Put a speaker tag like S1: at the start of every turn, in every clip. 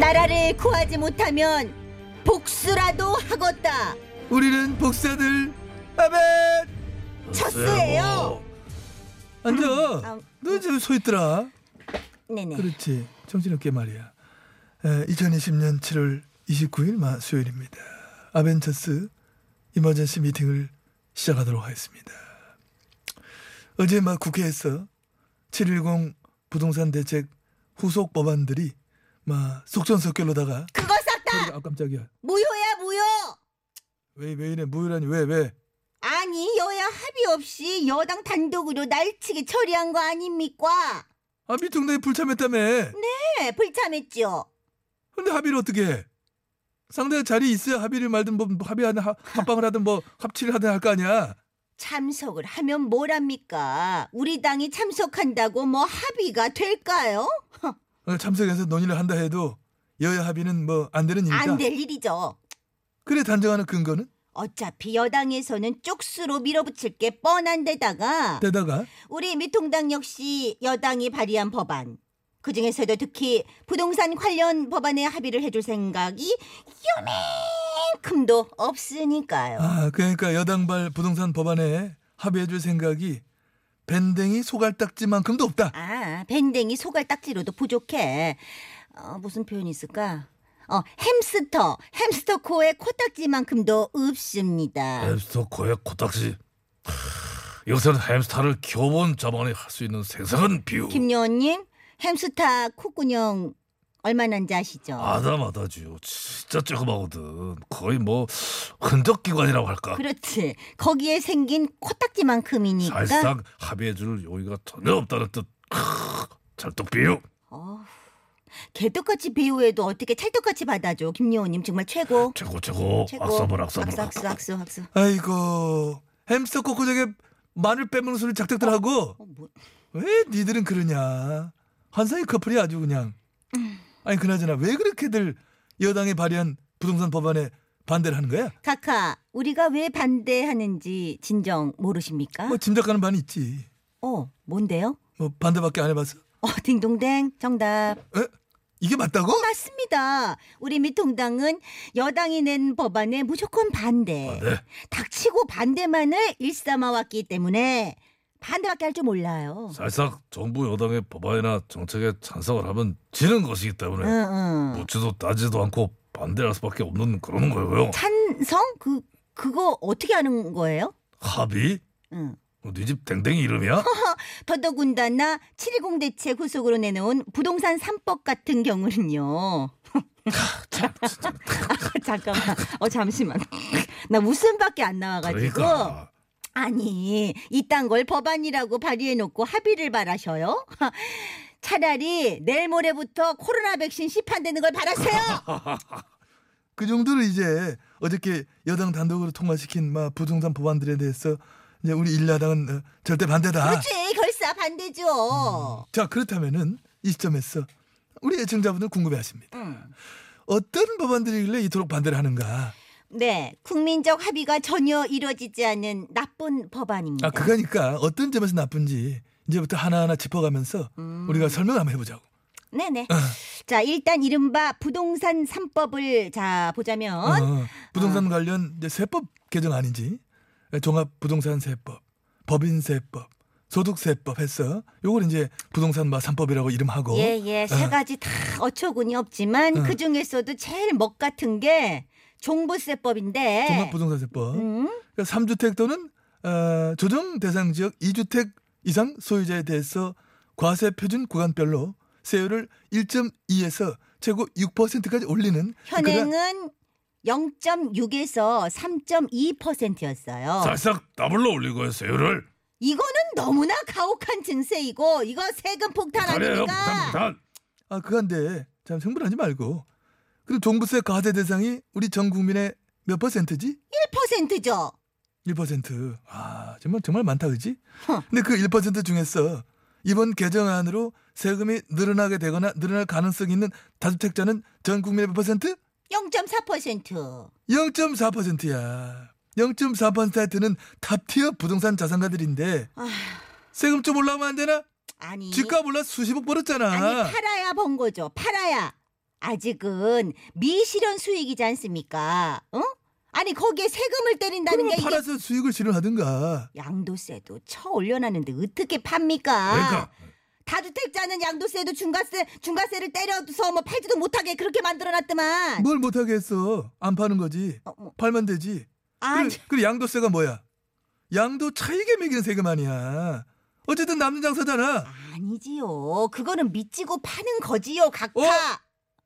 S1: 나라를 구하지 못하면 복수라도 하겠다.
S2: 우리는 복사들 아멘
S1: 첫스예요. 뭐.
S2: 앉아
S1: 아우.
S2: 너 지금 서 있더라
S1: 네네.
S2: 그렇지 정신없게 말이야 에, 2020년 7월 29일 마 수요일입니다 아벤처스 이머전시 미팅을 시작하도록 하겠습니다 어제 막 국회에서 710 부동산 대책 후속 법안들이 막 속전속결로다가
S1: 그거 싹다
S2: 아 깜짝이야
S1: 무효야 무효.
S2: 왜, 왜 이래 무효라니 왜 왜?
S1: 아니 여야 합의 없이 여당 단독으로 날치기 처리한 거 아닙니까?
S2: 아 미통당에 불참했다며
S1: 네, 불참했죠.
S2: 근데 합의를 어떻게 해? 상대가 자리에 있어야 합의를 말든 뭐 합의하든 하- 합방을 하든 뭐 합치를 하든 할 거 아니야.
S1: 참석을 하면 뭐랍니까? 우리 당이 참석한다고 뭐 합의가 될까요?
S2: 어, 참석해서 논의를 한다 해도 여야 합의는 뭐 안 되는 일이다.
S1: 안 될 일이죠.
S2: 그래 단정하는 근거는
S1: 어차피 여당에서는 쪽수로 밀어붙일 게 뻔한 데다가
S2: 대다가
S1: 우리 미통당 역시 여당이 발의한 법안 그 중에서도 특히 부동산 관련 법안에 합의를 해줄 생각이 요만큼도 없으니까요.
S2: 아 그러니까 여당발 부동산 법안에 합의해줄 생각이 밴댕이 소갈딱지만큼도 없다.
S1: 아, 밴댕이 소갈 딱지로도 부족해. 어, 무슨 표현이 있을까? 어, 햄스터, 햄스터 코의 코딱지만큼도 없습니다.
S3: 햄스터 코의 코딱지. 요새는 햄스터를 교본 자만이 할 수 있는 생생한 비유.
S1: 김여원님, 햄스터 코구녕 얼마나인지 아시죠?
S2: 네.
S3: 아다마다지요. 진짜 조그마거든. 거의 뭐 흔적 기관이라고 할까.
S1: 그렇지. 거기에 생긴 코딱지만큼이니까.
S3: 사실상 합의해줄 용의가 전혀 없다는 뜻. 크, 찰떡 비유.
S1: 어, 개떡같이 배우해도 어떻게 찰떡같이 받아줘. 김여원님 정말 최고.
S3: 최고
S2: 어,
S3: 최고.
S1: 최고.
S3: 악서벌 악서벌.
S1: 악수, 악수, 악수, 악수.
S2: 아이고 햄스터 코코에게 마늘 빼먹는 소리 작작들 하고
S1: 어, 뭐,
S2: 왜 니들은 그러냐? 환상의 커플이 아주 그냥.
S1: 음.
S2: 아니 그나저나 왜 그렇게들 여당이 발의한 부동산 법안에 반대를 하는 거야?
S1: 카카, 우리가 왜 반대하는지 진정 모르십니까?
S2: 뭐 짐작하는 바는 있지.
S1: 어, 뭔데요?
S2: 뭐 반대밖에 안 해봤어?
S1: 어, 딩동댕 정답.
S2: 에? 이게 맞다고?
S1: 맞습니다. 우리 미통당은 여당이 낸 법안에 무조건 반대.
S3: 네.
S1: 닥치고 반대만을 일삼아왔기 때문에 반대밖에 할 줄 몰라요.
S3: 사실상 정부 여당의 법안이나 정책에 찬성을 하면 지는 것이기
S2: 네.
S1: 응,
S3: 때문에
S2: 뭐.
S1: 응.
S3: 묻지도 따지도 않고 반대할 수밖에 없는 그런 거예요.
S1: 찬성? 그 그거 어떻게 하는 거예요?
S3: 합의? 어,
S1: 응.
S3: 네집 댕댕이 이름이야?
S1: 더더군다나 720 대책 후속으로 내놓은 부동산 3법 같은 경우는요. 아, 잠깐만. 어 잠시만. 나 웃음밖에 안 나와가지고.
S3: 그러니까
S1: 아니, 이딴 걸 법안이라고 발의해놓고 합의를 바라셔요? 차라리 내일 모레부터 코로나 백신 시판되는 걸 바라세요!
S2: 그 정도로 이제 어저께 여당 단독으로 통과시킨 막 부동산 법안들에 대해서 이제 우리 일야당은 어, 절대
S3: 아.
S2: 반대다.
S1: 그렇지, 결사 반대죠.
S2: 자 그렇다면은 이 시점에서 우리 애청자분들 궁금해하십니다.
S1: 음.
S2: 어떤 법안들이길래 이토록 반대를 하는가?
S3: 음.
S1: 네, 국민적 합의가 전혀 이루어지지 않은 나쁜 법안입니다.
S2: 아 그거니까 어떤 점에서 나쁜지 이제부터 하나하나 짚어가면서
S1: 음.
S2: 우리가 설명 한번 해보자고. 어,
S1: 네네.
S3: 아.
S1: 자, 일단 이른바 부동산 3법을 자, 보자면.
S2: 어, 부동산 관련 이제 세법 개정 아닌지 예, 종합 부동산 세법, 법인 세법, 소득 세법 했어. 요걸 이제 부동산 마 삼법이라고 이름하고.
S1: 예, 예. 세 가지 다 어처구니 없지만
S2: 어.
S1: 그 중에서도 제일 먹 같은 게 종부세법인데.
S2: 종합 부동산 세법.
S1: 음.
S2: 그러니까 3주택 또는 어, 조정 대상 지역 2주택 이상 소유자에 대해서 과세 표준 구간별로 세율을 1.2에서 최고 6%까지 올리는 그러니까
S1: 현행은 0.6에서 3.2%였어요.
S2: 아.
S3: 사실상 더블로 올린 거예요 세율을
S1: 이거는 너무나 가혹한 증세이고 이거 세금 폭탄
S3: 폭탄이에요, 폭탄,
S1: 아닙니까?
S3: 폭탄.
S2: 아 그건데 참 흥분하지 말고. 그럼 종부세 과세 대상이 우리 전 국민의 몇 퍼센트지?
S1: 1%죠.
S2: 1%. 아, 정말 정말 많다 그지?
S1: 허.
S2: 근데 그 1% 중에서 이번 개정안으로 세금이 늘어나게 되거나 늘어날 가능성이 있는 다주택자는 전 국민의 몇 퍼센트?
S1: 0.4%.
S2: 0.4%야. 0.4%는 탑티어 부동산 자산가들인데
S1: 아휴.
S2: 세금 좀 올라오면 안 되나?
S1: 아니.
S2: 집값 올라 수십억 벌었잖아.
S1: 예. 아니 팔아야 번 거죠. 팔아야. 아직은 미실현 수익이지 않습니까? 어? 아니 거기에 세금을 때린다는 게
S2: 그러면
S1: 이게
S2: 팔아서 수익을 실현하든가.
S1: 양도세도 쳐 올려놨는데 어떻게 팝니까?
S3: 그러니까
S1: 다주택자는 양도세도 중과세 중과세를 때려서 뭐 팔지도 못하게 그렇게 만들어놨더만.
S2: 뭘 못하게 했어? 안 파는 거지.
S1: 어, 뭐.
S2: 팔면 되지.
S1: 아,
S2: 그래, 그래 양도세가 뭐야? 양도 차익에 매기는 세금 아니야. 어쨌든 남는 장사잖아.
S1: 아니지요. 그거는 미치고 파는 거지요, 각하.
S2: 어?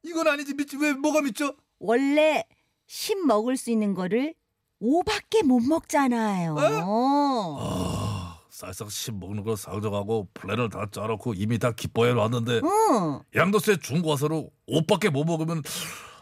S2: 이건 아니지. 믿지 왜 뭐가 믿죠?
S1: 원래 십 먹을 수 있는 거를 오밖에못 먹잖아요.
S2: 어?
S3: 아, 쌀싹 씹 먹는 걸 상정하고 플랜을 다 짜놓고 이미 다 기뻐해 놨는데
S1: 응.
S3: 양도세 중과세로 옷밖에 못 먹으면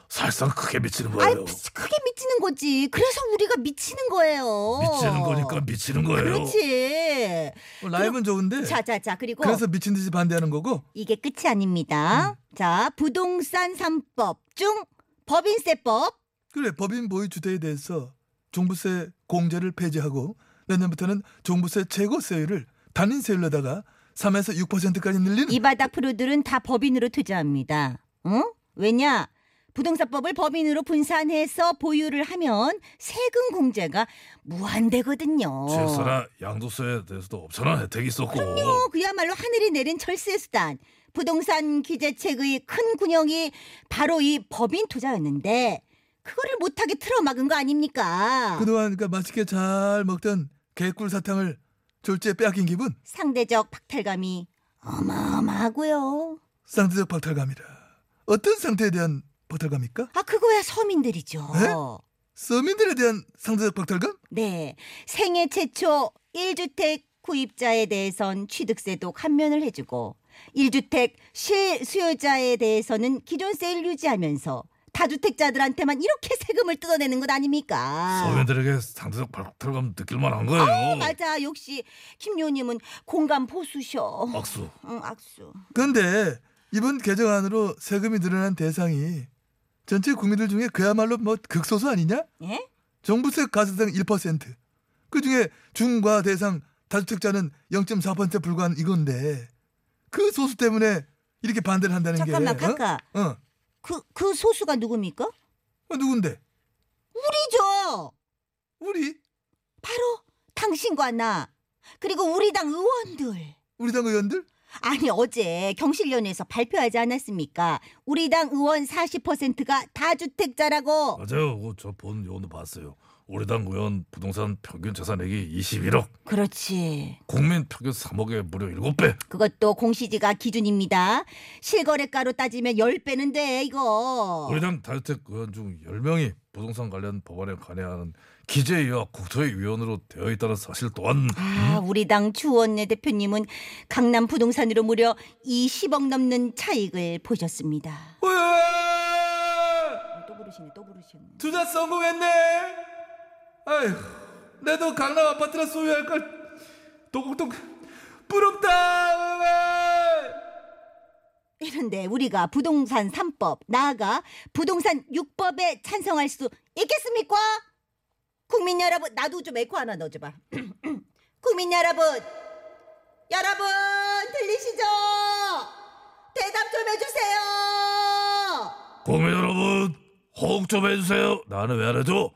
S3: 사실상 크게 미치는
S1: 아이,
S3: 거예요.
S1: 피- 크게 미치는 거지. 그래서 우리가 미치는 거예요.
S3: 미치는 거니까 미치는 거예요.
S1: 어. 그렇지.
S2: 어, 라임은 좋은데.
S1: 자, 자, 자. 그리고
S2: 그래서 미친 듯이 반대하는 거고.
S1: 이게 끝이 아닙니다. 자, 부동산 삼법중 법인세법.
S2: 그래 법인 보유 주택에 대해서 종부세 공제를 폐지하고 내년부터는 종부세 최고 세율을 단인 세율로다가 3에서 6%까지 늘리는
S1: 이 바닥 프로들은 다 법인으로 투자합니다. 응? 왜냐? 부동산법을 법인으로 분산해서 보유를 하면 세금 공제가 무한대거든요.
S3: 최선아 양도세에 대해서도 엄청난 혜택이 있었고
S1: 어, 그야말로 하늘이 내린 철새 수단. 부동산 규제책의 큰 군형이 바로 이 법인 투자였는데 그거를 못하게 틀어막은 거 아닙니까?
S2: 그동안 그러니까 맛있게 잘 먹던 개꿀 사탕을 졸지에 빼앗긴 기분
S1: 상대적 박탈감이 어마어마하고요.
S2: 상태적 박탈감이라 어떤 상태에 대한 박탈감입니까?
S1: 아 그거야 서민들이죠.
S2: 에? 서민들에 대한 상대적 박탈감?
S1: 네. 생애 최초 1주택 구입자에 대해선 취득세도 감면을 해주고 1주택 실수요자에 대해서는 기존세를 유지하면서 다주택자들한테만 이렇게 세금을 뜯어내는 것 아닙니까?
S3: 서민들에게 상대적 박탈감 느낄만한 거예요.
S1: 맞아. 역시 김요님은 공감 보수셔.
S3: 박수.
S1: 응, 악수.
S2: 그런데 이번 개정안으로 세금이 늘어난 대상이 전체 국민들 중에 그야말로 뭐 극소수 아니냐?
S1: 예?
S2: 종부세 가세상 1%. 그 중에 중과 대상 다주택자는 0.4% 불과한 이건데 그 소수 때문에 이렇게 반대를 한다는
S1: 잠깐만,
S2: 게 어?
S1: 카카.
S2: 어?
S1: 그, 그 소수가 누굽니까?
S2: 어, 누군데?
S1: 우리죠.
S2: 우리
S1: 바로 당신과 나. 그리고 우리 당 의원들.
S2: 우리 당 의원들?
S1: 아니 어제 경실련에서 발표하지 않았습니까? 우리 당 의원 40%가 다주택자라고.
S3: 맞아요. 저본 요원도 봤어요. 우리 당 의원 부동산 평균 재산액이 21억,
S1: 그렇지.
S3: 국민 평균 3억에 무려 7배.
S1: 그것도 공시지가 기준입니다. 실거래가로 따지면 10배는 돼 이거.
S3: 우리 당 다주택 의원 중 10명이 부동산 관련 법안에 관여하는 기재위와 국토위원으로 되어 있다는 사실 또한
S1: 아,
S3: 네?
S1: 우리 당 주원내 대표님은 강남 부동산으로 무려 20억 넘는 차익을 보셨습니다.
S2: 우와!
S3: 어?
S1: 또 부르시네, 또 부르시네.
S2: 투자 성공했네. 아휴, 내도 강남 아파트나 소유할 걸 도곡동 부럽다. 우와!
S1: 이런데 우리가 부동산 3법, 나아가 부동산 6법에 찬성할 수 있겠습니까? 국민 여러분, 나도 좀 에코 하나 넣어줘봐. 국민 여러분, 여러분 들리시죠? 대답 좀 해주세요.
S3: 국민 여러분 호응 좀 해주세요. 나는 왜 안 해줘?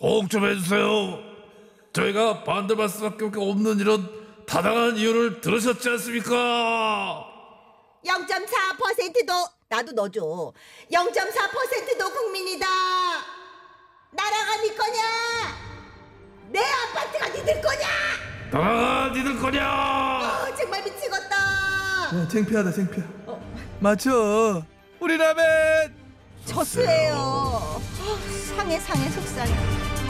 S3: 호응 좀 해주세요. 저희가 반대할 수밖에 없는 이런 타당한 이유를 들으셨지 않습니까?
S1: 0.4%도 나도 넣어줘. 0.4%도 국민이다. 나라가 네 거냐? 내 아파트가 니들 거냐?
S3: 나라가 니들 거냐?
S1: 어, 정말 미치겠다.
S2: 야, 어, 창피하다, 창피해.
S1: 어.
S2: 맞죠? 우리 라멘.
S1: 저수예요. 어, 상해 상해 아, 속상해.